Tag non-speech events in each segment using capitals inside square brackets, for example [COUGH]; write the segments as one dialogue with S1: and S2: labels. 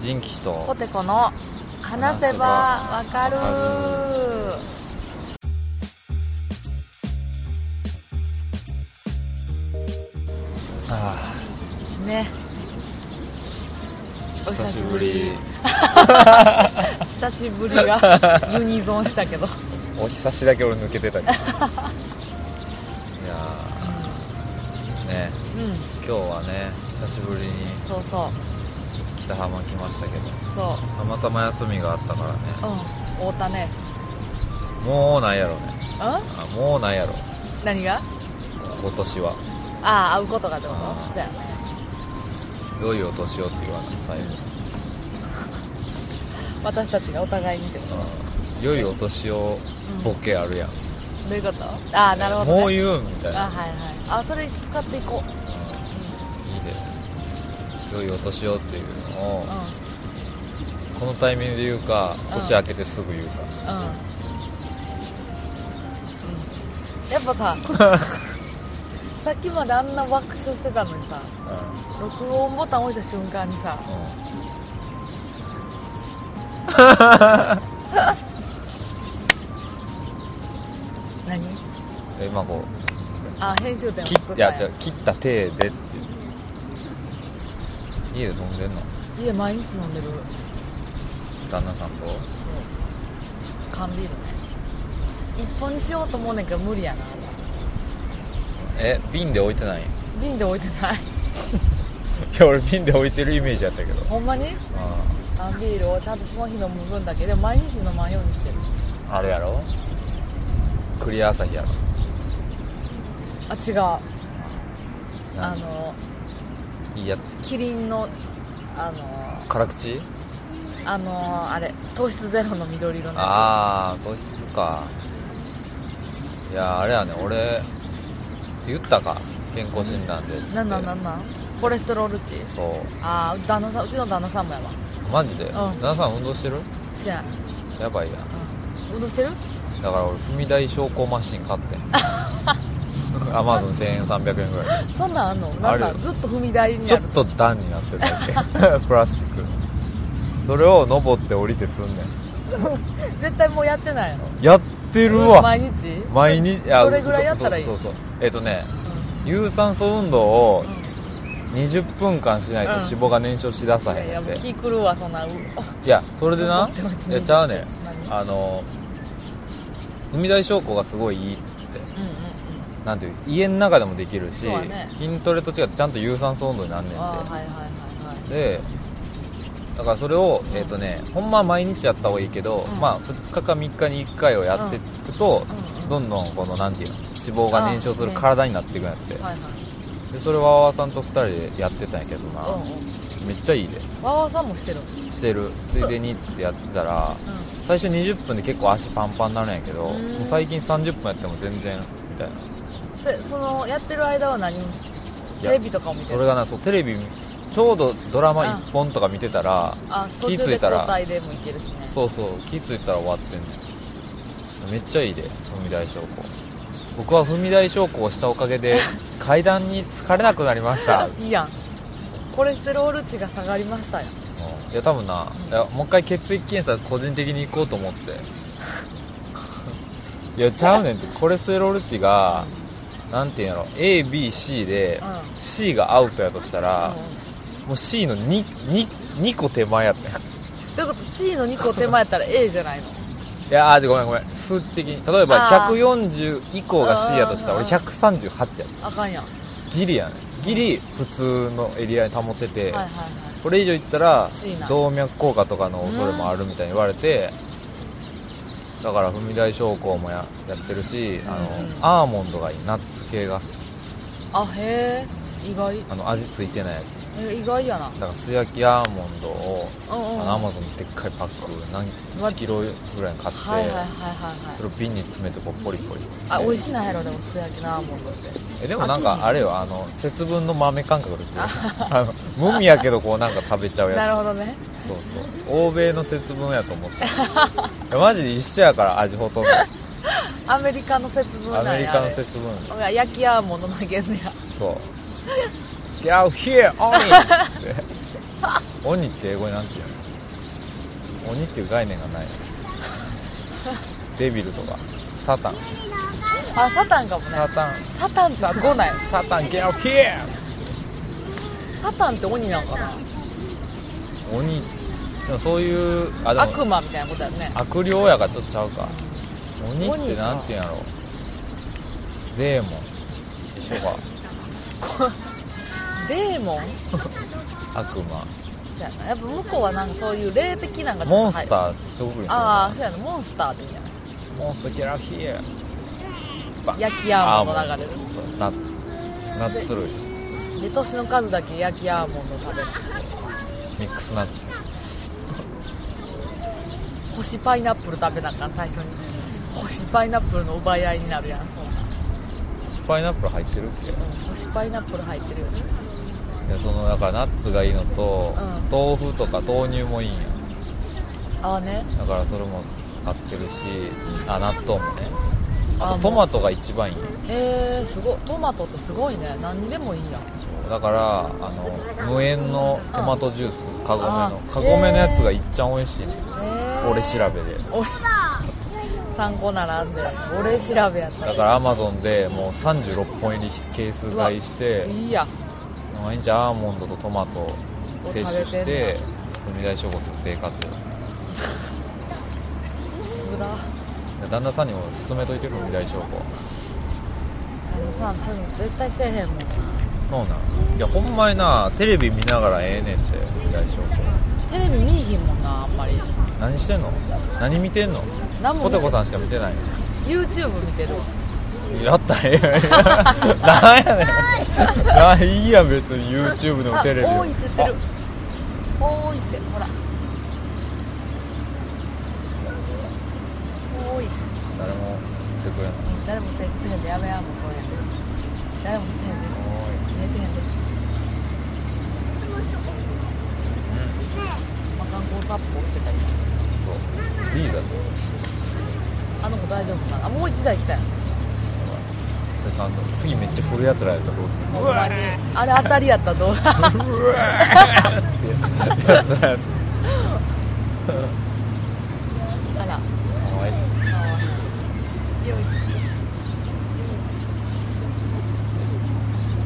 S1: 人気
S2: ポ
S1: と
S2: テコの話せばわかる
S1: 話あ
S2: ねお
S1: あ久しぶり
S2: 久しぶり
S1: [LAUGHS]
S2: がユニゾンしたけど
S1: お久しだけ俺抜けてたけどいやーね
S2: うん
S1: 今日はね久しぶりに
S2: そうそ
S1: 北浜来ましたけど
S2: うそ
S1: たまたま休みがあったからね
S2: ううん会うたね
S1: もうないやろね
S2: ん
S1: あもうないやろ
S2: 何が
S1: 今年は
S2: ああ会うことがってこ
S1: あー
S2: とそうやね
S1: 良いお年をって言わない最後
S2: 私たちがお互いにってことど
S1: うん良いお年をボケあるやん、
S2: ういうことああなるほど、ね、
S1: もう言うんみたいな
S2: あはいはいあそれ使っていこう
S1: いいね良いお年をっていうのを
S2: うんうん
S1: このタイミングで言うか年明けてすぐ言うか
S2: うんやっぱさ
S1: [LAUGHS]
S2: さっきまであんな爆笑してたのにさ録音ボタン押した瞬間にさ
S1: うんうん
S2: 何
S1: え今こ
S2: あ編集点
S1: う
S2: を
S1: 切っ
S2: 送った
S1: や
S2: ん
S1: 違
S2: や
S1: う切った手でって家で飲んでんの
S2: 家毎日飲んでるそう
S1: 旦那さんと
S2: 缶ビールね一本にしようと思うねんけど無理やな
S1: え瓶で置いてないんい
S2: 瓶で置いてない [LAUGHS]
S1: や俺瓶で置いてるイメージやったけど
S2: ほんまに
S1: あ
S2: 缶ビールをちゃんとその日飲む分だけでも毎日飲まんようにしてる
S1: ああれやろクリア朝日やろ
S2: あ違うあ
S1: 何
S2: の
S1: いいやつ
S2: キリンのあの
S1: 辛口
S2: あのー、あれ糖質ゼロの緑色のや
S1: ああ糖質かいやあれやね俺言ったか健康診断でっつっ
S2: つ
S1: て
S2: なんなんなんなんコレステロール値
S1: そう
S2: ああ旦那さんうちの旦那さんもやわ
S1: マジで、
S2: ん
S1: 旦那さん運動してる
S2: 知らん、
S1: やばいやん
S2: うん、運動してる
S1: だから俺踏み台昇降マシン買ってん [LAUGHS] アマゾン1300円ぐらい
S2: そんなんあんのなん
S1: あ
S2: か
S1: る
S2: ずっと踏み台に
S1: ちょ
S2: あ
S1: っ
S2: る
S1: と段になってるだけ [LAUGHS] プラスチックのそれを登って降りてすんね
S2: 絶対もうやってないの
S1: んやってるわ
S2: 毎日
S1: 毎日いや
S2: どれぐらいやったらいい
S1: そうそうそうえっ、とね
S2: う
S1: 有酸素運動を
S2: ん
S1: 20分間しないと
S2: うん
S1: 脂肪が燃焼しださ
S2: いやい
S1: へ
S2: や
S1: んっ
S2: も
S1: て、
S2: う
S1: い
S2: 気狂うわそんなう
S1: やそれでな
S2: 待って待って
S1: いやちゃうねん
S2: 何
S1: あの踏み台昇降がすごいいいって
S2: うんうん
S1: なんていう家の中でもできるし、
S2: そうやね
S1: 筋トレと違ってちゃんと有酸素運動になんねん
S2: う
S1: て、
S2: んああーはいはいはいはい
S1: でだからそれを、
S2: うん
S1: えっ、とねほんまは毎日やった方がいいけど、
S2: うん
S1: まあ2日か3日に1回をやっていくと、
S2: うんうん
S1: どんどんこのなんていうの脂肪が燃焼する
S2: あー
S1: 体になっていくんやって、
S2: はい
S1: でそれはわわさんと2人でやってたんやけどな、
S2: はいうん
S1: めっちゃいいで
S2: うんわわさんもしてる
S1: してるついでにっつってやってたら
S2: う
S1: 最初20分で結構足パンパンになるんやけど
S2: うーん
S1: もう最近30分やっても全然みたいなん
S2: そそのやってる間は何も
S1: い
S2: テ
S1: や
S2: レビとかを見て
S1: そ
S2: る
S1: れがなそうテレビちょうどドラマ
S2: あ
S1: 1本とか見てたら
S2: あ途中
S1: 気
S2: で
S1: 付いた
S2: 交
S1: ら
S2: 代でもいけるしね
S1: そうそう気付いたら終わってんねんめっちゃいいで踏み台昇降僕は踏み台昇降をしたおかげ
S2: [LAUGHS]
S1: で階段に疲れなくなりましたうん
S2: いいやんコレステロール値が下がりましたよ
S1: いや多分ないやもう一回血液検査個人的に行こうと思って [LAUGHS] いやちゃうねんってコレステロール値がなんていうんやろ ABC で
S2: うんうん
S1: C がアウトやとしたらもう C の 2, 2, 2個手前やったんや
S2: ということ C の2個手前やったら A じゃないの
S1: いやーごめんごめん数値的に例えば
S2: あ
S1: 140以降が C やとしたら
S2: う
S1: 俺
S2: ん
S1: 138やね
S2: あかんやんは
S1: ギリやねギリ普通のエリアに保てて、
S2: いはいはい
S1: これ以上いったら
S2: C なんや
S1: 動脈硬化とかの恐れもあるみたいに言われてだから踏み台昇降もややってるしあの、
S2: うん
S1: アーモンドがいいナッツ系が
S2: あへえ意外
S1: あの味付いてないや
S2: え意外やな
S1: つだから素焼きアーモンドを、
S2: うんうん
S1: あのアマゾンのでっかいパック何
S2: うわ
S1: 1キロぐらいの買って、
S2: はいはいはい
S1: そ
S2: は
S1: れ
S2: いはい
S1: を瓶に詰めてこうポリポリ
S2: あ美味しいなやろでも素焼きのアーモンドって
S1: えでもなん
S2: 飽きひ
S1: か
S2: ん
S1: あれよあの節分の豆感覚で食う [LAUGHS] あの無味やけどこうなんか食べちゃう
S2: なる
S1: や
S2: ほどね
S1: つそうそう欧米の節分やと思って [LAUGHS] いやマジで一緒やから味ほとん
S2: [LAUGHS]
S1: ど
S2: アメリカの節分なんや
S1: アメリカの
S2: あれ
S1: 節分
S2: ほら焼きアーモンド投げんねや
S1: そう Get out here, o n って [LAUGHS] 鬼って英語になんて言うの鬼っていう概念がないデビルとかサタン
S2: あサタンかもね
S1: サタン
S2: サタンってすごない
S1: サタンゲロキー
S2: サタンって鬼なのかな
S1: 鬼でもそういうあでも
S2: 悪魔みたいなことやね
S1: 悪霊やがちょっとちゃうか鬼ってなんて言うんやろデーモン一緒か
S2: こデーモン
S1: 悪魔
S2: そうやなやっぱ向こうはなんかそういう霊的なんかちょっと
S1: モンス
S2: はい
S1: ター一括りにするの
S2: ああ
S1: か
S2: そうやなモンスターでいいんじゃない
S1: なモンスターゲラヒー
S2: 焼きアーモンド流れ
S1: ナッツナッツ類
S2: るで年の数だけ焼きアーモンド食べる
S1: ミックスナッツ
S2: 干しパイナップル食べなあかん最初に干しパイナップルの奪い合いになるやんそんなん
S1: スパイナップル入ってるっけ
S2: 干しパイナップル入ってるよね
S1: いやそのだからナッツがいいのと、
S2: うん
S1: 豆腐とか豆乳もいいんや
S2: ああね
S1: だからそれも買ってるしあ納豆もね
S2: あ
S1: あ
S2: もう
S1: とトマトが一番いいんや
S2: えー、すごいトマトってすごいね何にでもいいやん
S1: だからあの無塩のトマトジュースカゴメの
S2: あ
S1: カゴメのやつがいっちゃん美味しいね
S2: えー、
S1: 俺調べで
S2: 俺参考ならあんで俺調べやった
S1: だからアマゾンでもう36本入りケース買いして
S2: いいや
S1: 毎日アーモンドとトマトを摂取
S2: 食べ
S1: して
S2: ん
S1: て踏み台証拠特定活
S2: つら
S1: 旦那さんにも勧めといてる踏み台証拠
S2: あのさそういうの絶対せえへんもんな
S1: そうなんいやほんまになテレビ見ながらええねんって踏み台証拠
S2: テレビ見いひんもんなあんまり
S1: 何してんの何見てんの
S2: 何も
S1: ポ
S2: 見て
S1: テコさんしか見てない
S2: YouTube 見てるわ
S1: やったらええやん [LAUGHS] なんやねんないいやん別に YouTube でも
S2: あ
S1: テレビでも
S2: 多いって言ってる多いってほら多いって
S1: あ誰も言ってくれない
S2: 誰もせえへんでやめやもうこうやって誰もせえへんで見えてへんで、まあ、観光殺法してたり
S1: そうリーザと
S2: あの子大丈夫かなあもう一台来たよ
S1: セカンド次めっちゃ振るやつらやったらどうする
S2: ほんまにあれ当たりやったらどう
S1: ってやつらやっ
S2: あら
S1: たらかわいい
S2: よい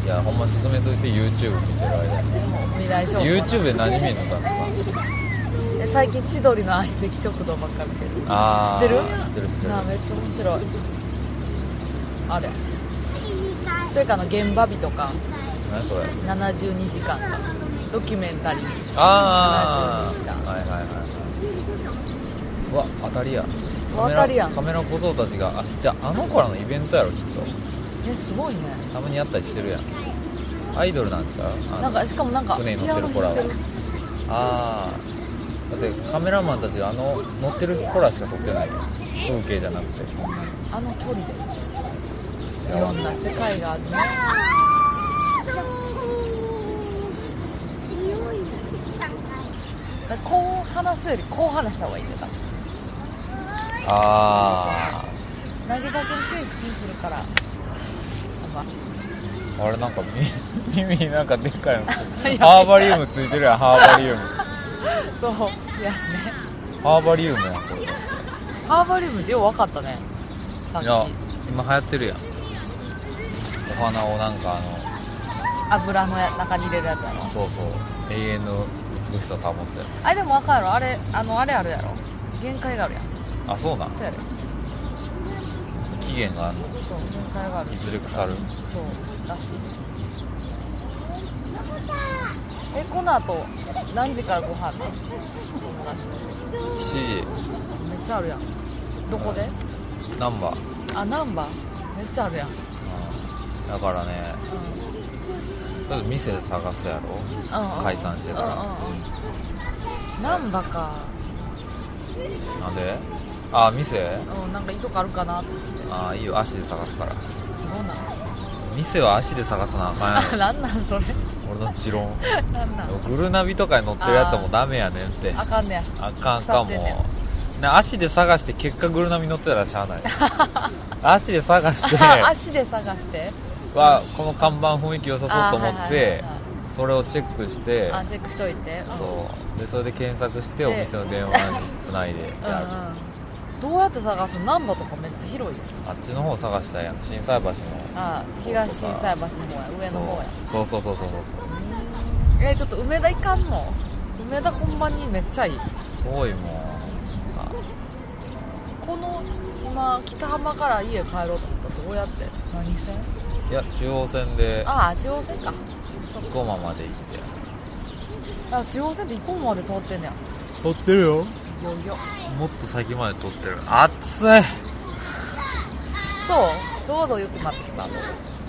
S1: いやほんま進めといて YouTube 見てる間に
S2: でも未来証拠
S1: YouTube で何見んの旦那さん
S2: え最近千鳥の相席食堂ばっか見てる
S1: あ
S2: 知ってる
S1: ー知ってる知ってる
S2: なあめっちゃ面白いあれそれかあの現場日とか
S1: 何それ
S2: 72時間かドキュメンタリー
S1: あ
S2: 72時
S1: あ
S2: 間
S1: はいはいはいはいうわ当たりやカメ
S2: 当たりや
S1: ラ
S2: ん
S1: カメラ小僧たちがあじゃああの子らのイベントやろきっと
S2: えすごいね
S1: たまにやったりしてるやんアイドルなんちゃうあの
S2: なんかしかもなんか
S1: 船に
S2: ピ
S1: 乗っ
S2: ア
S1: てる
S2: ノ
S1: 子ら
S2: 弾い
S1: は
S2: てる
S1: ああだってカメラマンたちがあの乗ってる子らしか撮ってないよ風景じゃなくて
S2: あの距離でいろ
S1: 幸
S2: ん
S1: せ
S2: な世界があるねだからこう話すよりこう話した方がいいんだよ多分
S1: あ
S2: 投げかける形式にするからやば
S1: ああれなんか耳 [LAUGHS] 耳になんかでっかいの
S2: い [LAUGHS] や
S1: ハーバリウムついてるやんハーバリウム
S2: そういやね
S1: ハーバリウムやんこれ
S2: ハーバリウムってよう分かったねさっ
S1: い
S2: き
S1: や今流行ってるやんお花をなんかあ
S2: 油のや中に入れるやつやろ
S1: のそうそう永遠の美しさを保つやつ
S2: あれでも分かるやろあれあのあれあるやろ限界があるやん
S1: あそうなん
S2: そうやで
S1: 期限があんの
S2: そう限界がある
S1: いずれ腐る
S2: そうらしいえこの後何時からご飯なの友達
S1: 7
S2: とめっちゃあるやんどこで
S1: 時ナンバー
S2: あナンバーめっちゃあるやん、う
S1: うんだからね
S2: ん
S1: だって店探すやろ
S2: うんうん
S1: 解散してから
S2: うんうんうんナンバーか
S1: なんであ店
S2: うんなんかいいとこあるかなって
S1: あいいよ足で探すから
S2: すごいな
S1: 店は足で探さなあかんや
S2: あ [LAUGHS] なんなんそれ
S1: ろ俺の持
S2: [LAUGHS]
S1: 論
S2: なんなん
S1: グルナビとかに乗ってるやつはもうダメやねんって
S2: あかんねや
S1: あかんあかん
S2: 腐ってんね
S1: もうな足で探して結果グルナビ乗ってたらしゃあない
S2: [LAUGHS]
S1: 足で探して
S2: あ足で探して
S1: はこの看板雰囲気良さそうと思
S2: あ
S1: っ
S2: はいはいはい
S1: て
S2: はい
S1: それをチェックして
S2: あチェックしといてうん
S1: そうでそれで検索して
S2: で
S1: お店の電話につないで
S2: うん
S1: あ
S2: うんどうやって探すの難波とかめっちゃ広いよ
S1: っちの方探したいやん心斎橋の
S2: あ東心斎橋の方や上の方や
S1: そうそうそうそうそう
S2: えちょっと梅田行かんの梅田ほんまにめっちゃいい
S1: そう遠いもん
S2: この今北浜から家帰ろうと思ったらどうやって何線
S1: いや中央線で
S2: ああ中央線か
S1: 生駒まで行って
S2: あ中央線って生駒まで通ってんねや
S1: 撮ってるよ
S2: いよいよ
S1: もっと先まで撮ってる暑い
S2: そうちょうど良くなってきた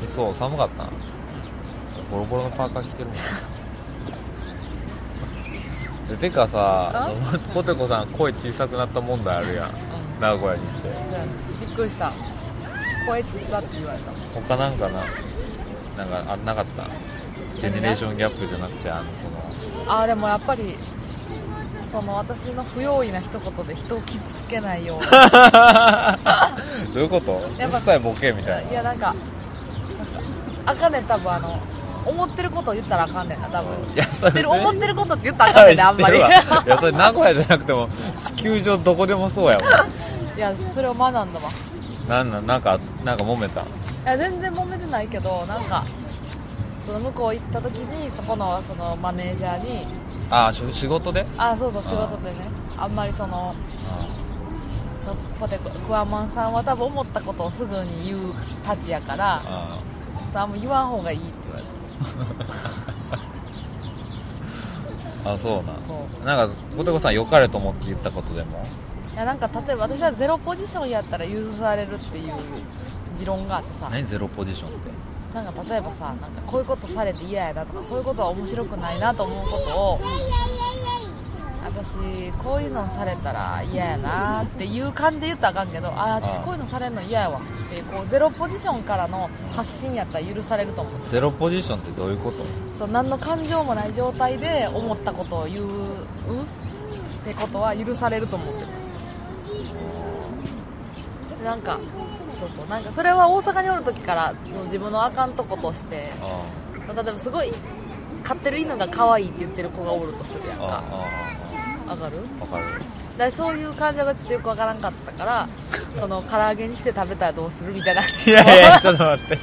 S1: そう寒かったなボロボロのパーカー着てるもん [LAUGHS] えてかさポテコさん声小さくなった問題あるやん名古屋に来て
S2: びっくりした声小さって言われたもん
S1: 他なんかななんかあなかったジェネレーションギャップじゃなくてあのその
S2: [LAUGHS] ああでもやっぱりその私の不用意な一言で人を傷つけないように
S1: どういうこと
S2: や
S1: 一
S2: っぱ
S1: 切ボケみたい
S2: い
S1: な
S2: やなんかあかんねん多分あの思ってることを言ったらあかんねんな多分
S1: いやそれ
S2: 知ってる思ってることって言ったらあかんねんねあんまりい
S1: 知って [LAUGHS] るわいやそれ名古屋じゃなくても地球上どこでもそうやもん
S2: [LAUGHS] やそれを学んだわ
S1: なんなんなんかなんか揉めた
S2: いや全然揉めてないけどなんかその向こう行った時にそこのそのマネージャーに
S1: ああ仕事で
S2: あそうそう仕事でねあんまりそのポテコクワマンさんは多分思ったことをすぐに言うたちやから
S1: あ
S2: そうあんま言わん方がいいって言われた
S1: ああそうなん
S2: そう
S1: なんかポテコさん良かれと思って言ったことでも
S2: いやなんか例えば私はゼロポジションやったら譲られるっていう持論があってさ
S1: 何ゼロポジションって
S2: なんか例えばさなんかこういうことされて嫌やなとかこういうことは面白くないなと思うことを私こういうのされたら嫌やなっていう感じで言ったらあかんけどああ私こういうのされるの嫌やわっていうこうゼロポジションからの発信やったら許されると思う
S1: ゼロポジションってどういうこと
S2: そう何の感情もない状態で思ったことを言うってことは許されると思ってたでなんかそうそうなんかそれは大阪におる時からその自分のあかんとことして
S1: あ
S2: 例えばすごい飼ってる犬が可愛いって言ってる子がおるとするやん
S1: ああ
S2: かわかる
S1: あわかる
S2: だからそういう感情がちょっとよくわからんかったからその唐揚げにして食べたらどうするみたいな話
S1: いやいや [LAUGHS] ちょっと待って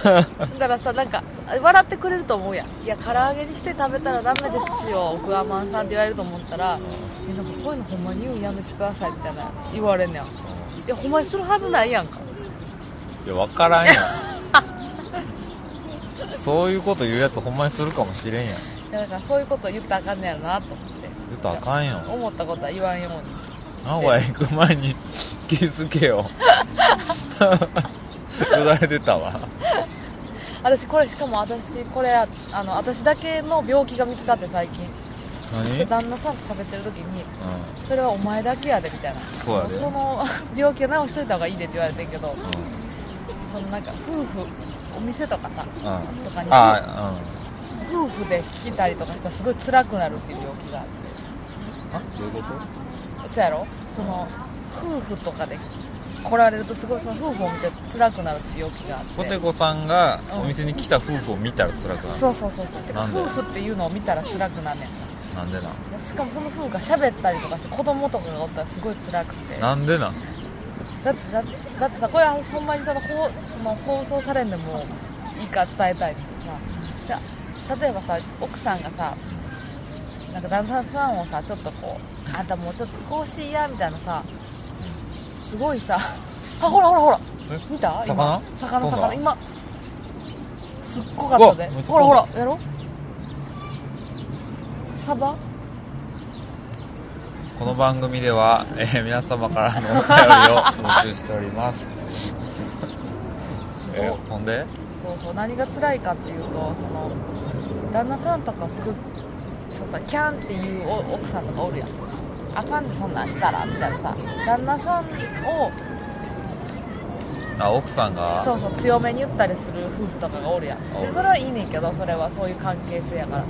S2: だからさなんか笑ってくれると思うやんいや唐揚げにして食べたらダメですよ奥ワマンさんって言われると思ったらえなんかそういうのほんまに言うんやめてくださいみたいな言われんねやいやほんまにするはずないやんか
S1: いや分からん [LAUGHS] やんそういうこと言うやつほんまにするかもしれんやん
S2: いやだからそういうこと言ったらあかんねやろなと思って
S1: 言うとあかんやん
S2: 思ったことは言わんように
S1: 名古屋行く前に [LAUGHS] 気づけ [LAUGHS] よ言われてたわ
S2: 私これしかも私これあの私だけの病気が見つかって最近
S1: 何、うん、
S2: 旦那さんと喋ってる時にそれはお前だけやでみたいな
S1: そうやで
S2: その病気を治しといた方がいいでって言われてんけど
S1: う
S2: そのなんか夫婦お店とかさ
S1: んうん
S2: とかに
S1: あ
S2: 夫婦で聞いたりとかしたらすごい辛くなるっていう病気があって
S1: うんあどういうこと
S2: そうやろその夫婦とかで来られるとすごいその夫婦を見て辛くなるっていう病気があって
S1: ポテコさんがお店に来た夫婦を見たら辛くなる
S2: そうそうそうそうてか
S1: なんで
S2: 夫婦っていうのを見たら辛くなんねん
S1: なんでな
S2: しかもその夫婦が喋ったりとかして子供とかがおったらすごい辛くてだ
S1: なんでな
S2: ってだってだってさこれほんまにその放その放送されんでもいいから伝えたいけどさで例えばさ奥さんがさなんか旦那さんをさちょっとこうあんたもうちょっとこうしいやみたいなさすごいさあほらほらほら
S1: え
S2: 見た
S1: 魚
S2: 今魚
S1: 飛んだ
S2: 魚今すっごかったで
S1: うわめっちゃ飛んだ
S2: ほらほらやろサバ
S1: この番組では、えー皆様からのお便りを募集しております、えーほんで
S2: そうそう何が辛いかっていうとその旦那さんとかすごいそうさキャンっていうお奥さんとかおるやんあかんでそんなんしたらみたいなさ旦那さんを
S1: あ奥さんが
S2: そうそう強めに言ったりする夫婦とかがおるやんでそれはいいねんけどそれはそういう関係性やから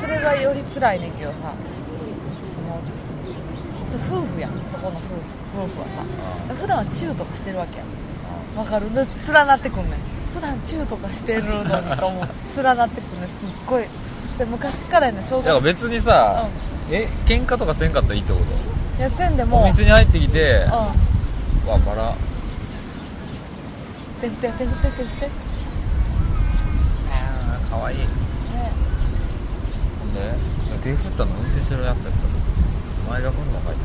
S2: それがより辛いねんけどさそのそ夫婦やんそこの夫婦夫婦はさ普段はチューとかしてるわけやんわかるで辛なってくんねん普段チューとかしてるのにと思う
S1: [LAUGHS]
S2: 連なってくるのすっごいで昔からやね小
S1: だから
S2: 学
S1: 別にさ、え喧嘩とかせんかったらいいってこ
S2: 生せんで
S1: とお
S2: も
S1: 店に入ってきて、
S2: う
S1: わバラ
S2: んてふててふててふてね
S1: あーかわいいで手振ったの運転してるやつやったのお前が来んのかいって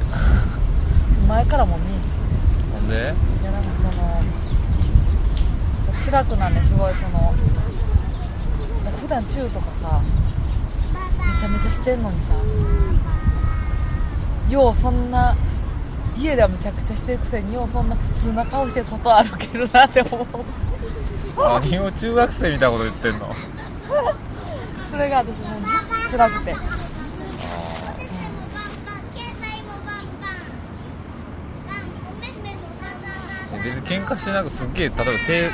S2: 前からも見えへんし
S1: ほんで
S2: いやなんかそのそう辛くなんですごいそのなんか普段チューとかさめちゃめちゃしてんのにさようそんな家ではめちゃくちゃしてるくせにようそんな普通な顔して外歩けるなって思う
S1: 何を中学生みたいなこと言ってんの
S2: それが私もう辛くて
S3: おててもパンパン携帯もパンパンパンおめめもパンパン
S1: 別に喧嘩してなくすっげえ例えば手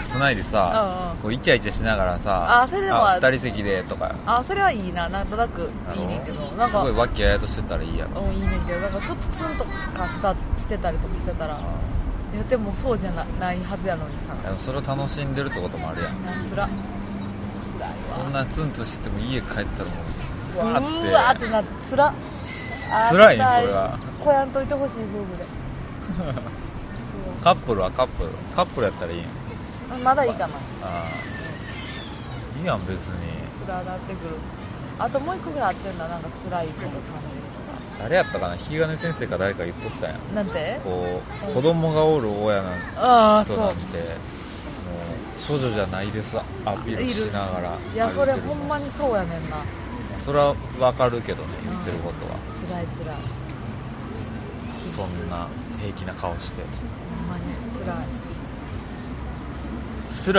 S1: つないでさ、
S2: うんうん
S1: こうイチャイチャしながらさ
S2: あそれでも
S1: あ二人席でとか
S2: あそれはいいななんとなくいいねんけどなん
S1: すごい
S2: か
S1: 和気あいあいとしてたらいいやろ
S2: うんいいねんけどなんかちょっとツンとかしたしてたりとかしてたらいやでもそうじゃなないはずやのにさ
S1: でもそれを楽しんでるってこともあるやん
S2: つらつらい
S1: こ
S2: わ
S1: んなツンツンしてても家帰ったらもう
S2: う
S1: わ
S2: わ
S1: ーって
S2: ーってなってつら
S1: つらいね
S2: あー
S1: それは
S2: こやんといてほしい夫婦で
S1: カップルはカップルカップルやったらいいやん
S2: そうまだいいかな
S1: あーいいやん別に
S2: つらなってくるあともう一個ぐらいあってんだなんかつらいこと感じる
S1: 誰やったかな引き金先生か誰か言っとったやん
S2: とかなんて
S1: こう子供がおる親なんて
S2: ああ
S1: 人
S2: そう
S1: なんてもう少女じゃないですアピールしながら
S2: いやそれ
S1: 歩いて
S2: ほ
S1: る
S2: んまにそうやねんな
S1: それはわかるけどね言ってることは、
S2: つらいつらい
S1: そんな平気な顔して
S2: ほんまにつら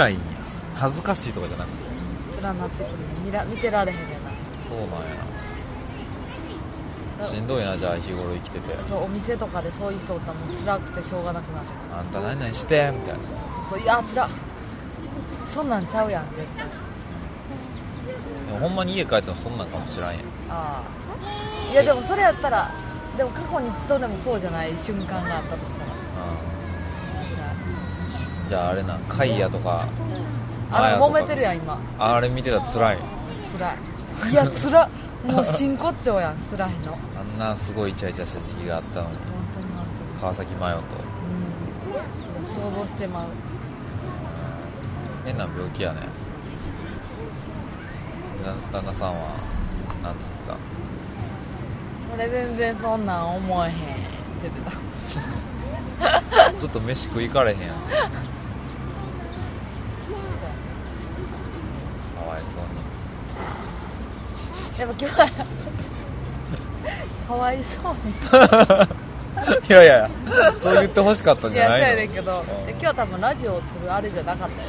S2: い
S1: 辛いんや恥ずかしいとかじゃなくて
S2: つらなってくる見ら見てられへんねんな
S1: そうなん
S2: だ
S1: やしんどいなじゃあ日頃生きてて
S2: そうお店とかでそういう人おったらもう辛くてしょうがなくなってくる
S1: あんた何々してみたいな
S2: そういやつらそんなんちゃうやん絶対
S1: でもほんまに家帰ったらそんなんかもしらんやん
S2: ああいやでもそれやったらでも過去に一度でもそうじゃない瞬間があったとしたら
S1: じゃああれなカイヤとかマ
S2: あ
S1: ヤ
S2: の
S1: と
S2: 揉
S1: か
S2: めてるやん今
S1: あれ見てたら辛い
S2: つらいいやつらもう真骨頂やんつらいの本
S1: あんなすごいイチャイチャした時期があったのに
S2: 当に本
S1: 川崎麻世と
S2: 当に想像してまう
S1: 変な病気やねな旦那さんはなんつってた
S2: それ全然そんなん思えへんって言ってた
S1: ちょっと飯食いかれへんやんかわいそうに
S2: やっぱ今日はかわいそうに
S1: [LAUGHS] いやいやそう言ってほしかったん
S2: い
S1: じゃ
S2: や
S1: な
S2: そう
S1: いの
S2: やねんけど
S1: うん
S2: いや今日は多分ラジオを撮るあれじゃなかったよ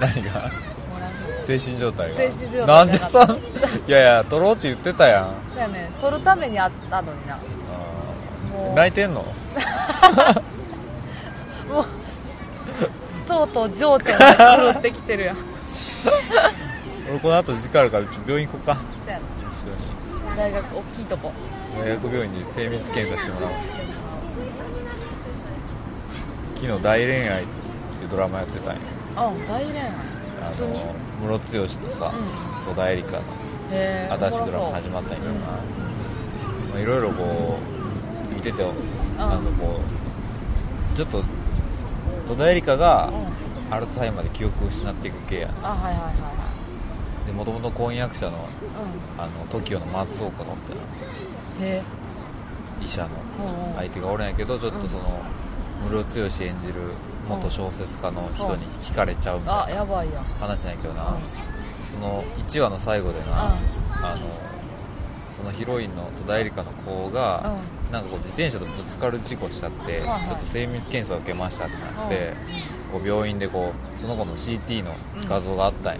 S1: 何が
S2: もうなんか
S1: 精神状態が
S2: 精神状態が
S1: なんでさんいやいや取ろうって言ってたやんあ
S2: そうやね撮るためにあったのになも
S1: ー
S2: う
S1: 泣いてんの
S2: もうとうとう情緒が狂ってきてるやんそ
S1: 俺この後時間あるから病院行こうか
S2: うやな
S1: 一緒に
S2: 大学大きいとこ
S1: 大学病院に精密検査してもらおう昨日「大恋愛」っていうドラマやってたんよ
S2: うん大連
S1: あ
S2: 普通に
S1: のムロツヨシとさ
S2: う
S1: 戸田恵梨香の
S2: へえ
S1: 新しいドラマ始まったんやけどなまあいろいろこう見ててなんかこうちょっと戸田恵梨香が
S2: うん
S1: アルツハイマーで記憶を失っていく系や
S2: あはいはいはい
S1: でもともと婚約者の
S2: はい
S1: あの TOKIO の松岡のってな
S2: うんへえ
S1: 医者
S2: うんう
S1: の
S2: ん
S1: 相手がおるんやけどちょっとその室ロツヨシ演じる元小説家の人に惹かれちゃうみた
S2: あ
S1: い
S2: や
S1: な
S2: ばいやん
S1: 話なんやけど
S2: う
S1: なんその1話の最後で
S2: うん
S1: なあのそのヒロインの戸田恵梨香の子がなんかこう自転車とぶつかる事故しちゃって
S2: はいはい
S1: ちょっと精密検査を受けましたってなってこう病院でこうその子の CT の画像があったんや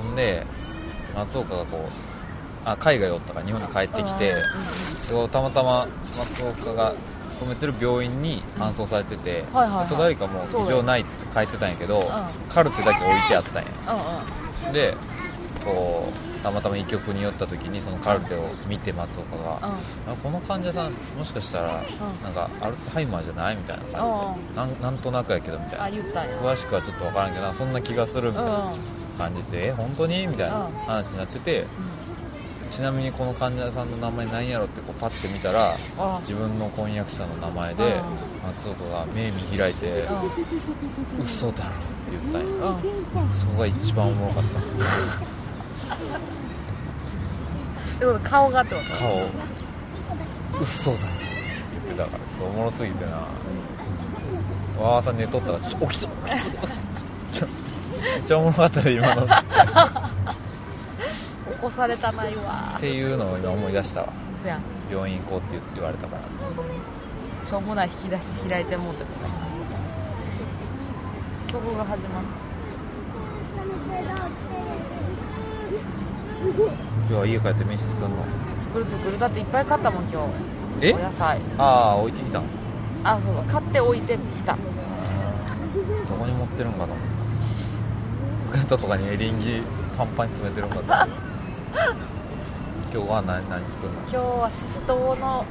S2: う
S1: ほんで松岡がこうあ海外おったから日本に帰って
S2: ん
S1: きて、
S2: う
S1: そうたまたま松岡が勤めてる病院に搬送されてて、
S2: はいはいはい
S1: と誰かもう異常ないっつって帰ってたんやけど、
S2: ん
S1: カルテだけ置いてあったんや
S2: んうんうんうん
S1: でこたまたま医局に寄った時にそのカルテを見て松岡が
S2: うん
S1: あこの患者さんもしかしたら
S2: ん
S1: なんかアルツハイマーじゃないみたいな
S2: あ
S1: 感じでなんなんとなくやけどみた
S2: あ
S1: いな
S2: 言ったんや
S1: 詳しくはちょっと分からんけどなんかそんな気がするみ
S2: う
S1: たい
S2: ん
S1: な感じでえ本当にみたいな
S2: うん
S1: 話になってて
S2: うん
S1: ちなみにこの患者さんの名前なんやろってこうパッて見たら
S2: あ
S1: 自分の婚約者の名前で
S2: う
S1: 松岡が目見開いて「
S2: う
S1: 嘘だろ」って言ったんや
S2: んうん
S1: そこが一番おもろかっ
S2: ってこと顔がってこ
S1: た
S2: と
S1: 顔嘘だって言ってたからちょっとおもろすぎてなわーさん寝とったからちょ起きて起きてめっちゃおもろかったで今のっ
S2: 起こされたないわ
S1: ていうのを今思い出したわ
S2: そやん
S1: 病院行こうって言われたから
S2: しょうもない引き出し開いてもうて曲が始まる
S1: 今日は家帰って飯作んの
S2: 作る作るだっていっぱい買ったもん今日
S1: え
S2: お野菜
S1: ああ置いてきたん
S2: あそうだ買っておいてきた
S1: どこに持ってるんかと思ったポケットとかにエリンギパンパンに詰めてるんかと思った今日ご飯何何作るの
S2: 今日はししとうの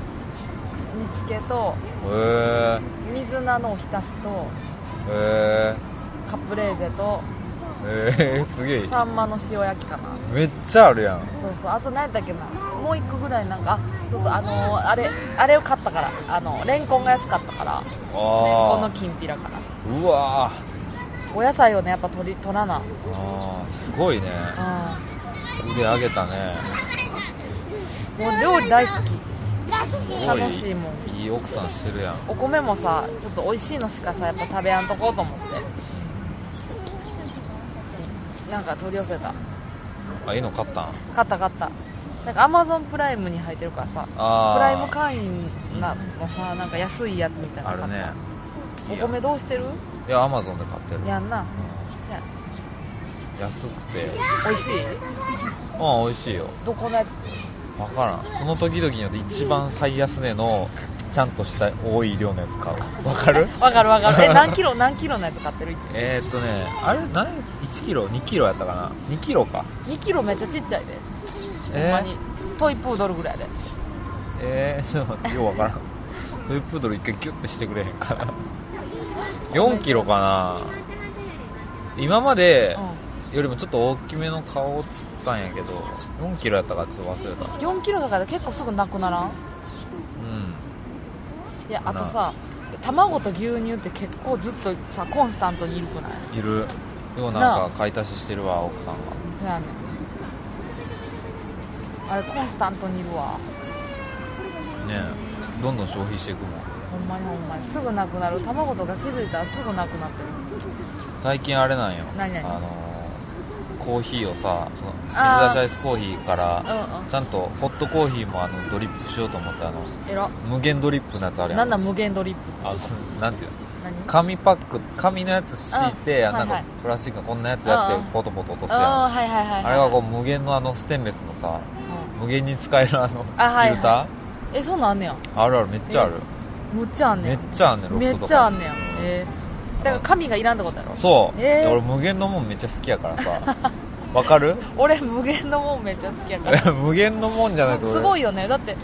S2: 煮付けと
S1: へ
S2: 水菜のおひたしと
S1: えへ
S2: カプレーゼと
S1: えへえすげえ
S2: サンマの塩焼きかな
S1: めっちゃあるやん
S2: そうそうあと何やったっけなもう一個ぐらいなんかあそうそうあのーあれあれを買ったからあのレンコンが安かったからレンコンの
S1: あ
S2: きんぴらから
S1: ーうわー
S2: お野菜をねやっぱ取り取らな
S1: あーすごいね
S2: う
S1: 腕上げたね
S2: んもう料理大好き
S1: すご
S2: 楽しいもん
S1: いいい奥さんしてるやん
S2: お米もさちょっと美味しいのしかさやっぱ食べやんとこうと思ってなんか取り寄せた
S1: あいいの買ったん
S2: 買った買ったなんかアマゾンプライムに入ってるからさ
S1: あー
S2: プライム会員なのさなんか安いやつみたいな
S1: あ
S2: の買
S1: る
S2: った
S1: ねいい
S2: お
S1: やん
S2: 米どうしてる
S1: いやアマゾンで買ってる
S2: やんなじゃ
S1: うん安くて
S2: あ美味しい
S1: まあ美味しいよ
S2: どこのやつ
S1: 分からんその時々によって一番最安値のちゃんとした多い量のやつ買う分かる
S2: わかるわかるえ何キロ何キロのやつ買ってる
S1: えーっとねあれ何1キロ2キロやったかな2キロか
S2: 2キロめっちゃちっちゃいでほん
S1: え
S2: ま
S1: ー
S2: にトイプードルぐらいやで
S1: えー、ちょっと待ってよう分からんトイプードル一回ギュッてしてくれへんかな4キロかな今まで
S2: う
S1: よりもちょっと大きめの顔を釣ったんやけど4キロやったかちょっと忘れた
S2: ん4キロだから結構すぐなくならん
S1: うん
S2: いやあとさ卵と牛乳って結構ずっとさコンスタントにいるくない
S1: いるよう
S2: な
S1: な
S2: あ
S1: んか買い足ししてるわ奥さんが
S2: そやねんあれコンスタントにいるわ
S1: ねえどんどん消費していくもん
S2: ほんまにほんまにすぐなくなる卵とか気づいたらすぐなくなってる
S1: 最近あれなんよ
S2: 何々
S1: あのーコーヒーをさその
S2: あー
S1: 水出しアイスコーヒーか
S2: う
S1: ら
S2: んうん
S1: ちゃんとホットコーヒーもあのドリップしようと思ってあの
S2: えら
S1: 無限ドリップのやつあるやん
S2: なんだ無限ドリップ
S1: あなんていうの
S2: 何
S1: 紙パック紙のやつ敷いて
S2: うん
S1: あなん
S2: はい
S1: か
S2: はい
S1: プラスチックのこんなやつや
S2: う
S1: っ
S2: ん
S1: てポトポト落とすやん
S2: あはいはいはいは
S1: あ
S2: い
S1: れはこう無限のあのステンレスのさ無限に使えるあのフ
S2: あはいはい
S1: ィルター
S2: うんえそんなんあんねや
S1: あるあるめっちゃある
S2: むっちゃあんね
S1: め
S2: や
S1: っちゃあんねんロ
S2: め
S1: フ
S2: っ
S1: トとか
S2: ちゃあんねやえーだから紙がいらんってことやろ
S1: そう、
S2: え
S1: で
S2: ー
S1: 俺無限のもんめっちゃ好きやからさ [LAUGHS] わかる
S2: 俺無限のもんめっちゃ好きやから
S1: 無限のもんじゃなく
S2: すご
S1: い
S2: いよねだって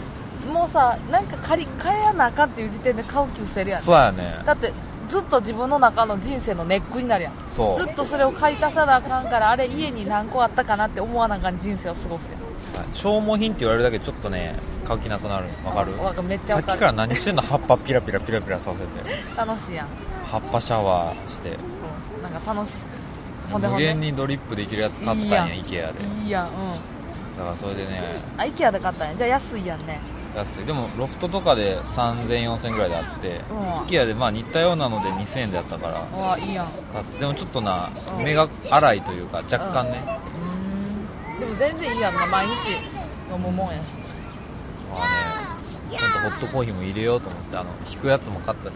S2: もうさなんか借り買えやなあかんっていう時点で買う気失せるやん
S1: そうやね
S2: だってずっと自分の中の人生のネックになるやん
S1: そ
S2: ず
S1: う
S2: っとそれを買い足さなあかんからあれ家に何個あったかなって思わなあかん人生を過ごすやん
S1: 消耗品って言われるだけでちょっとね買う気なくなるわかる
S2: わかるめっちゃ
S1: さ
S2: わ
S1: っき
S2: か
S1: から
S2: る
S1: 何してんの葉っぱピラピラピラピラさせて
S2: 楽しいやん
S1: 葉っぱシャワーして
S2: そうなんか楽しくてほんでほ
S1: 無
S2: んで
S1: 限にドリップできるやつ買ったんや
S2: い
S1: IKEA で
S2: いいやんうん
S1: だからそれでね
S2: あ IKEA で買ったんやじゃあ安いやんね
S1: 安いでもロフトとかで30004000ぐらいであって
S2: うん
S1: IKEA でまあ似たようなので2000円であったから
S2: うわいいやんう
S1: 買ってでもちょっとな
S2: うん
S1: 目が荒いというか若干ね
S2: ーんでも全然いいやんな毎日飲むもんやし
S1: まあねちゃんとホットコーヒーも入れようと思ってあの聞くやつも買ったし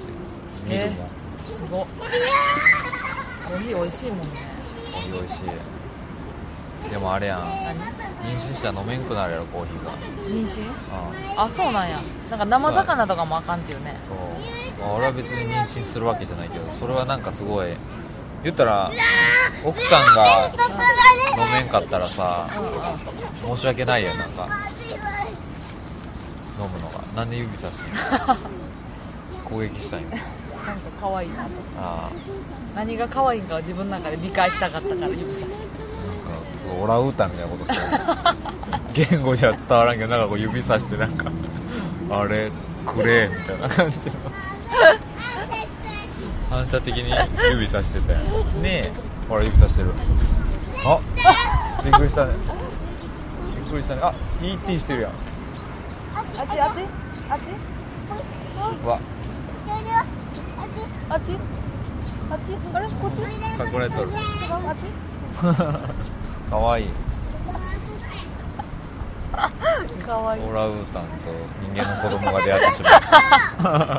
S1: ミルも
S2: すごっコーヒー美味しいもんね
S1: コーヒー美味しいでもあれやん
S2: 何
S1: 妊娠したら飲めんくなるやろコーヒーが
S2: 妊娠
S1: あ
S2: あそうなんやなんか生魚とかもあかんっていうね
S1: そう、まあ、俺は別に妊娠するわけじゃないけどそれはなんかすごい言ったら奥さんが
S3: 一つだけ
S1: 飲めんかったらさ申し訳ないやんなんか飲むのがなんで指さしてんの攻撃したんよ
S2: なんか可愛いなと
S1: ああ
S2: 何が可愛いんかを自分の中で理解したかったから指さ
S1: な
S2: して
S1: んかすごいオランウータンみたいなことしてる言語じゃ伝わらんけどなんかこう指さしてなんか [LAUGHS] あれくれみたいな感じの反射的に指さしててねえほら指さしてるあびっくりしたねびっくりしたねあ ET してるやん
S2: あっちあっちあっち
S1: うわ
S2: あっちあっちあれこっち
S1: 隠れとる
S2: あっ
S1: かわいい
S2: ち可愛い
S1: オランウータンと人間の子供が出会ってしまった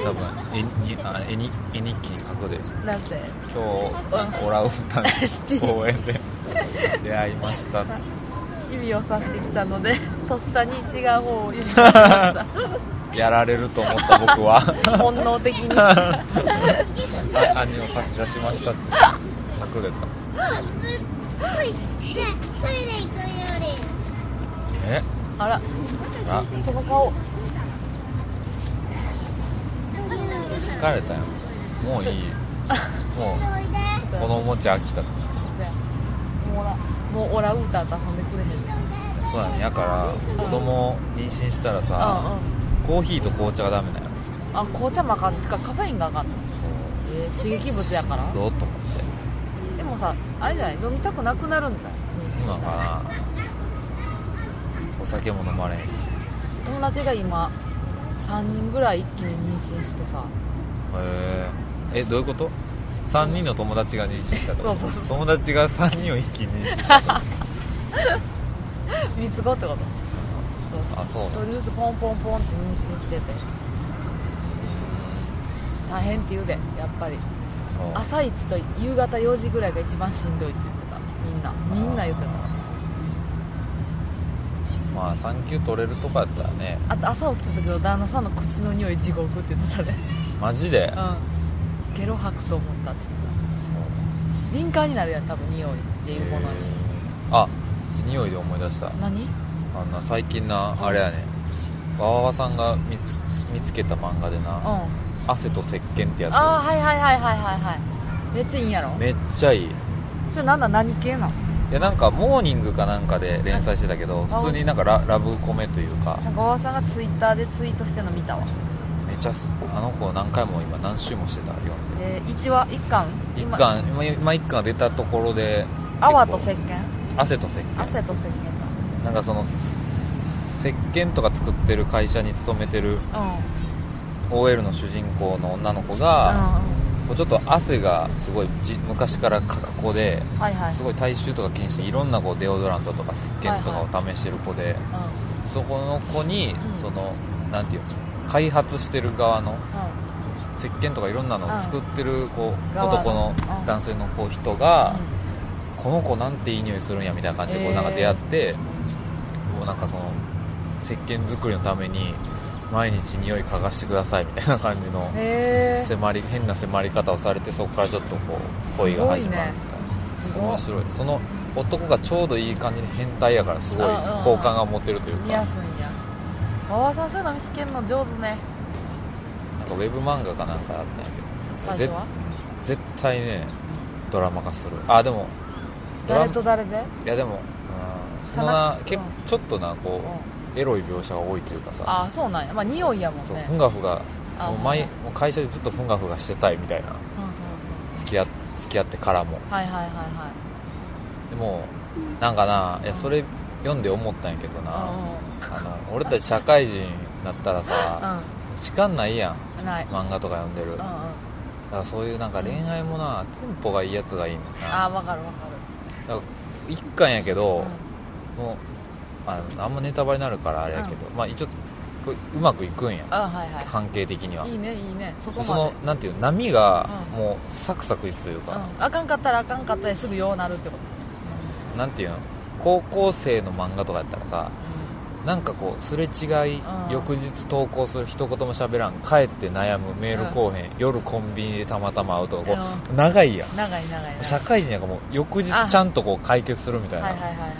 S2: 面
S1: 多分絵にあ絵に絵日記に書くで
S2: 白いなんて
S1: 今日オランウータンの公園で出会いましたっつって
S2: 指をさしてきたの [LAUGHS] でとっさに違う方を指さしまし
S1: やられると思った僕は
S2: [LAUGHS] た本能的にあ
S1: 兄を差し出しましたって隠れたえ
S2: ら
S1: あ
S2: その顔
S1: 疲れたよもういいもうこのおもちゃ飽きた
S2: もうオラもうオラウータンと遊んでくれへん
S1: そうだねやから子供妊娠したらさ
S2: う
S1: コーヒーと紅茶がダメだよ
S2: んうんあ紅茶もあかんてかカフェインがあかんの、えー刺激物やから
S1: どうと思って
S2: でもさあれじゃない飲みたくなくなるんじゃない妊娠
S1: 今
S2: したら
S1: はお酒も飲まれへんし
S2: 友達が今3人ぐらい一気に妊娠してさ
S1: へええどういうこと3人の友達が妊娠したってこと
S2: そうそうそう
S1: 友達が3人を一気に妊娠した
S2: 三つ子ってことそう
S1: あそうなの
S2: 一人ずつポンポンポンって妊娠してて大変って言うでやっぱり
S1: そう
S2: 朝一と夕方4時ぐらいが一番しんどいって言ってたみんなみんな言ってた
S1: まあ産休取れるとかやったらね
S2: あと朝起きた時の旦那さんの口の匂い地獄って言ってたね
S1: マジで、
S2: うんゲロ吐くと思ったっつって
S1: そう
S2: た敏感になるやん多分匂いっていうものに
S1: あ匂いで思い出した
S2: 何
S1: あんな最近なあれやねわわわさんが見つ見つけた漫画で
S2: うん
S1: な
S2: あ
S1: 「汗と石鹸って
S2: あ
S1: や
S2: ーはいはいはいはいはいはいめっちゃいいんやろ
S1: つめっちゃいいい
S2: それなんだ何系なの
S1: やなんかモーニングかなんかで連載してたけど
S2: あ
S1: 普通になんかララブコメというか
S2: なんかおばさんがツイッターでツイートしてんの見たわ
S1: めっちゃすあの子何回も今何周もしてた読んで
S2: えー、1話1巻
S1: 一巻今今一巻出たところで
S2: 泡と石
S1: 結構
S2: 鹸
S1: 汗と石鹸
S2: 汗と石鹸
S1: なんかその石鹸とか作ってる会社に勤めてる
S2: だうん
S1: OL の主人公の女の子が、
S2: う
S1: こうちょっと汗がすごいじ昔から過去子で
S2: ん、はいはい
S1: すごい体臭とか気にしていろんなこうデオドラントとか石鹸とかを試してる子で、
S2: うんうん
S1: そこの子に
S2: うん
S1: その、なんていうの開発してる側の石鹸とかいろんなのを作ってるこう、
S2: 側の
S1: 男の
S2: うん
S1: 男性のこう人が、この子なんていい匂いするんやみたいな感じでこ
S2: へ
S1: う
S2: ー
S1: なんか出会って、もうなんかその石鹸作りのために毎日匂い嗅がしてくださいみたいな感じの
S2: うんへえ
S1: 迫り変な迫り方をされてそこからちょっとこう恋が始まるみたいな
S2: すご
S1: 面白
S2: い
S1: いその男がちょうどいい感じに変態やからすごい
S2: うんうんうん
S1: 好感が持てるという
S2: 見
S1: か
S2: やすいんや馬場さんそういうの見つけるの上手ね
S1: なんかウェブ漫画かなんかだったんや
S2: 最
S1: け
S2: 初
S1: ど
S2: は
S1: ぜ絶対ねドラマ化するあでもドラ
S2: 誰と誰で
S1: いやでもうんその
S2: 話
S1: な
S2: うん
S1: けちょっとなこうエロい描写が多いというかさ
S2: ああそうなんやまあ匂いやもん
S1: そう
S2: ね
S1: ふんがふが
S2: あ
S1: もう
S2: は
S1: 毎
S2: い
S1: もう会社でずっとふんがふがしてたいみたいな
S2: うんうん
S1: 付き合っ付き合ってからも
S2: うんはいはいはいはい
S1: でもなんかないやそれ読んで思ったんやけどな、
S2: う
S1: あの俺たち社会人になったらさ、
S2: ん
S1: 時間ないやん
S2: うんない
S1: 漫画とか読んでる、
S2: うんうん
S1: だか
S2: あ
S1: らそういうなんか恋愛もなテンポがいいやつがいいんだ
S2: あ
S1: な
S2: わかるわか
S1: だから一巻やけ
S2: る
S1: ど
S2: うん、
S1: もうあのあんまネタバレになるからあれやけど、まあ一応こううまくいくんや
S2: あはいは
S1: 関係的にはい
S2: いいねいいねそこまで
S1: そのなんていう波が
S2: うん
S1: もうサクサクいくというか、
S2: うん、あかんかったらあかんかったですぐようなるってこと
S1: なんていうの高校生の漫画とかやったらさなんかこうすれ違い
S2: うん
S1: 翌日投稿する一言も喋らん帰って悩むメールこうへん夜コンビニでたまたま会うとかこう長いやん
S2: 長い長い長い
S1: 社会人やからもう翌日
S2: あ
S1: ちゃんとこう解決するみたいな、
S2: はいはいはいはい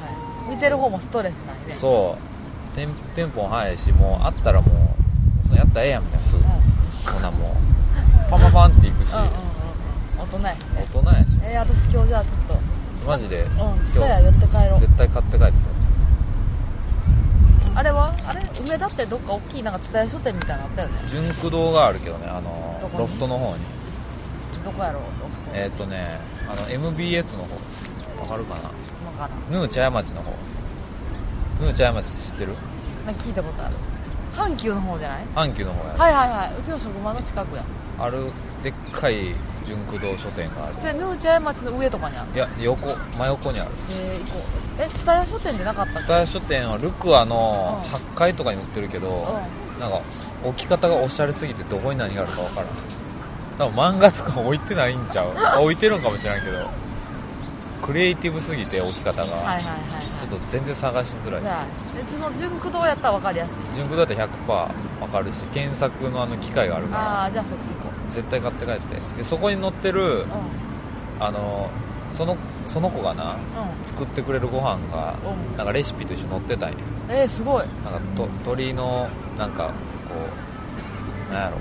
S2: 見てる方もストレスないねう、
S1: そうテンテンポも早いしもう会ったらもうそのやったらええやんみたいなすぐ
S2: ん、
S1: こんなもうパンパンパンっていくし、
S2: うんうんうん大人や
S1: 大人やし
S2: えー、私今日じゃあちょっと
S1: マジで
S2: うん
S1: 日
S2: 蔦屋寄って帰ろう
S1: 絶対買って帰って
S2: あれはあれ梅田ってどっか大きいなんか蔦屋書店みたいなのあったよね
S1: 純駆動があるけどねあの
S2: どこに
S1: ロフトの方に
S2: ちょっとどこやろうロフト
S1: えっ、とねあの MBS の方わかるかな
S2: 今かな、
S1: ヌー茶屋町の方ヌー茶屋町って知ってる
S2: なんか聞いたことある阪急の方じゃない
S1: 阪急の方や、
S2: はいはいはいうちの職場の近くや
S1: あるでっかい純駆動書店がある
S2: それヌーチャイ町の上とかにある
S1: いや横真横にある
S2: えー、行こうえ蔦屋書店でなかったっ
S1: ス
S2: け
S1: ター書店はルクアの
S2: うん
S1: 8階とかに売ってるけど、なんか置き方がおしゃれすぎてどこに何があるかわからん多分漫画とか置いてないんちゃう
S2: [LAUGHS]
S1: あ置いてるんかもしれんけどクリエイティブすぎて置き方が、
S2: はいはいはいはい
S1: ちょっと全然探しづらい
S2: じゃあでその純駆動やったら分かりやすい
S1: 純駆だって100%わかるし検索のあの機械があるか
S2: ああじゃあそっち行こ
S1: ら絶対買って帰ってでそこに載ってる
S2: うう
S1: あのそのその子がなん
S2: うん
S1: 作ってくれるご飯が
S2: うん
S1: なんかレシピと一緒に載ってたんよ
S2: えー、すごい、うん、
S1: なんかと鳥のなんかこうなんやろね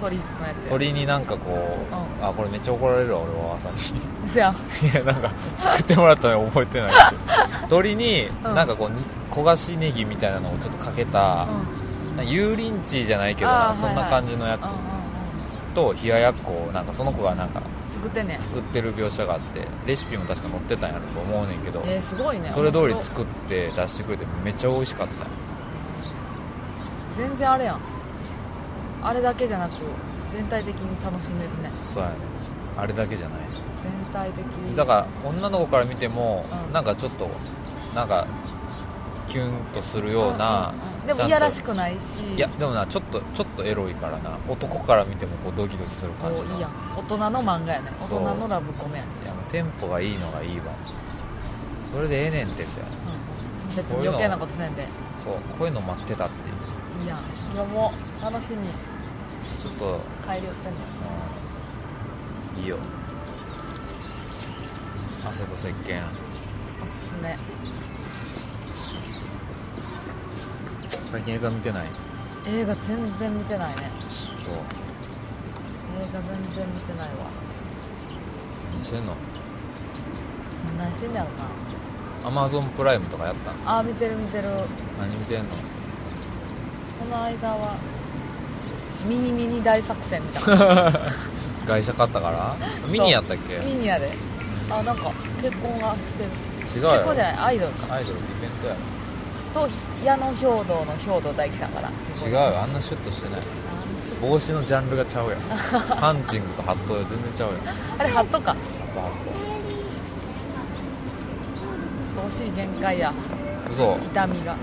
S2: 鳥のやつや
S1: 鳥になんかこう、
S2: ん
S1: あこれめっちゃ怒られるわ俺は朝に [LAUGHS]
S2: せやん
S1: いやなんか作ってもらったの覚えてないけど鳥に
S2: うん
S1: なんかこうに焦がしネギみたいなのをちょっとかけた、なんか油淋鶏じゃないけど
S2: あー
S1: そん
S2: はい
S1: な
S2: はい
S1: 感じのや
S2: うんうん
S1: つ
S2: う
S1: と冷ややっこをなんかその子がなんか
S2: ん作ってんねん
S1: 作ってる描写があってレシピも確か載ってたんやろと思うねんけど、
S2: えー、すごいね
S1: それ通り
S2: 面白
S1: 作って出してくれてめっちゃ美味しかった
S2: 全然あれやんあれだけじゃなく全体的に楽しめるね
S1: そうやねあれだけじゃない
S2: 全体的に
S1: だから女の子から見ても、
S2: うん
S1: なんかちょっとなんかキュンとするような、
S2: んんんで
S1: ちゃん
S2: も
S1: と
S2: いやらしくないし
S1: いやでもなちょっとちょっとエロいからな男から見てもこうドキドキする
S2: こ
S1: 感じ
S2: ういいやん
S1: い
S2: 大人の漫画やね大
S1: そう
S2: 人のラブコメやね、
S1: やもうテンポがいいのがいいわそれでええねんってみたいな
S2: うん、別に余計なことせんで
S1: そうこういうの待ってたっていう
S2: いいやん読もう楽しみ
S1: ちょっと、
S2: 帰り寄ってんの
S1: うんいいよ汗と石鹸
S2: おすすめ
S1: 最近映画見てない
S2: 映画全然見てないね
S1: そう
S2: 映画全然見てないわ
S1: 何してんの
S2: 何してんだろう
S1: アマゾンプライムとかやったん
S2: なあー見てる見てる
S1: 何見てんの
S2: この間はミニミニ大作戦みたい [LAUGHS] な
S1: 外車買ったからミニやったっけ
S2: ミニやであなんか結婚がしてる
S1: 違う
S2: 結婚
S1: よ
S2: じゃないアイドルか
S1: アイドルイベントや
S2: と矢野兵道の兵道大樹さんから
S1: ろ違うよあんなシュッとしてない帽子のジャンルがちゃうやんハンチングとハットは全然ちゃうやんハ
S2: あれハットか
S1: ットハ
S2: ちょっとお尻限界や
S1: ット嘘
S2: 痛みがこ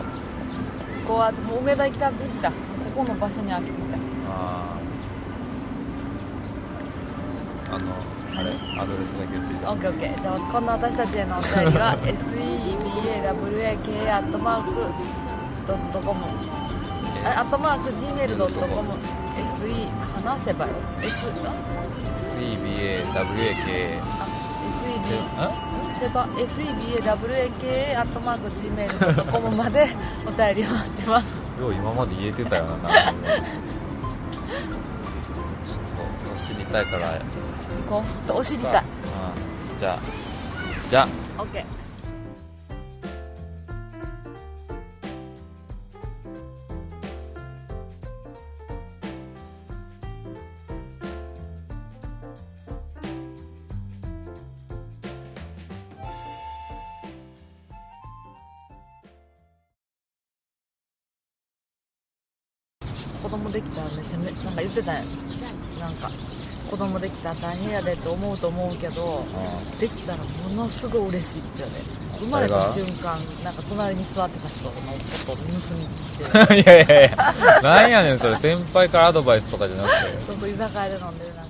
S2: こはもう梅田行きたくてきたここの場所に飽きてきた
S1: あーあのあれアドレスだけ言っていいじゃ
S2: オ
S1: ん
S2: ッケーオッケーじゃあこんな私たちへのお便り [LAUGHS] は sebawak.com あアットマーク gmail.com se 話せば s あ
S1: CBAWAK
S2: seb
S1: あ
S2: セバ sebawak アットマーク gmail.com までお便りを待ってます
S1: よう今まで言えて
S2: [LAUGHS]
S1: たよななんかちょっとお尻痛いから
S2: 行こうちょっとお尻痛い
S1: うんじゃあじゃあ
S2: OK「子供できたらめちゃめなんか言ってたやんなんか子供できたら大変やでって思うと思うけどできたらものすごい嬉しいって言ってたよね生まれた瞬間なんか隣に座ってた人のことを盗み聞きして
S1: [LAUGHS]
S2: る
S1: いやいやいや、なんやねんそれ、先輩からアドバイスとかじゃなくて。
S2: ちょっと居酒屋で飲んでるな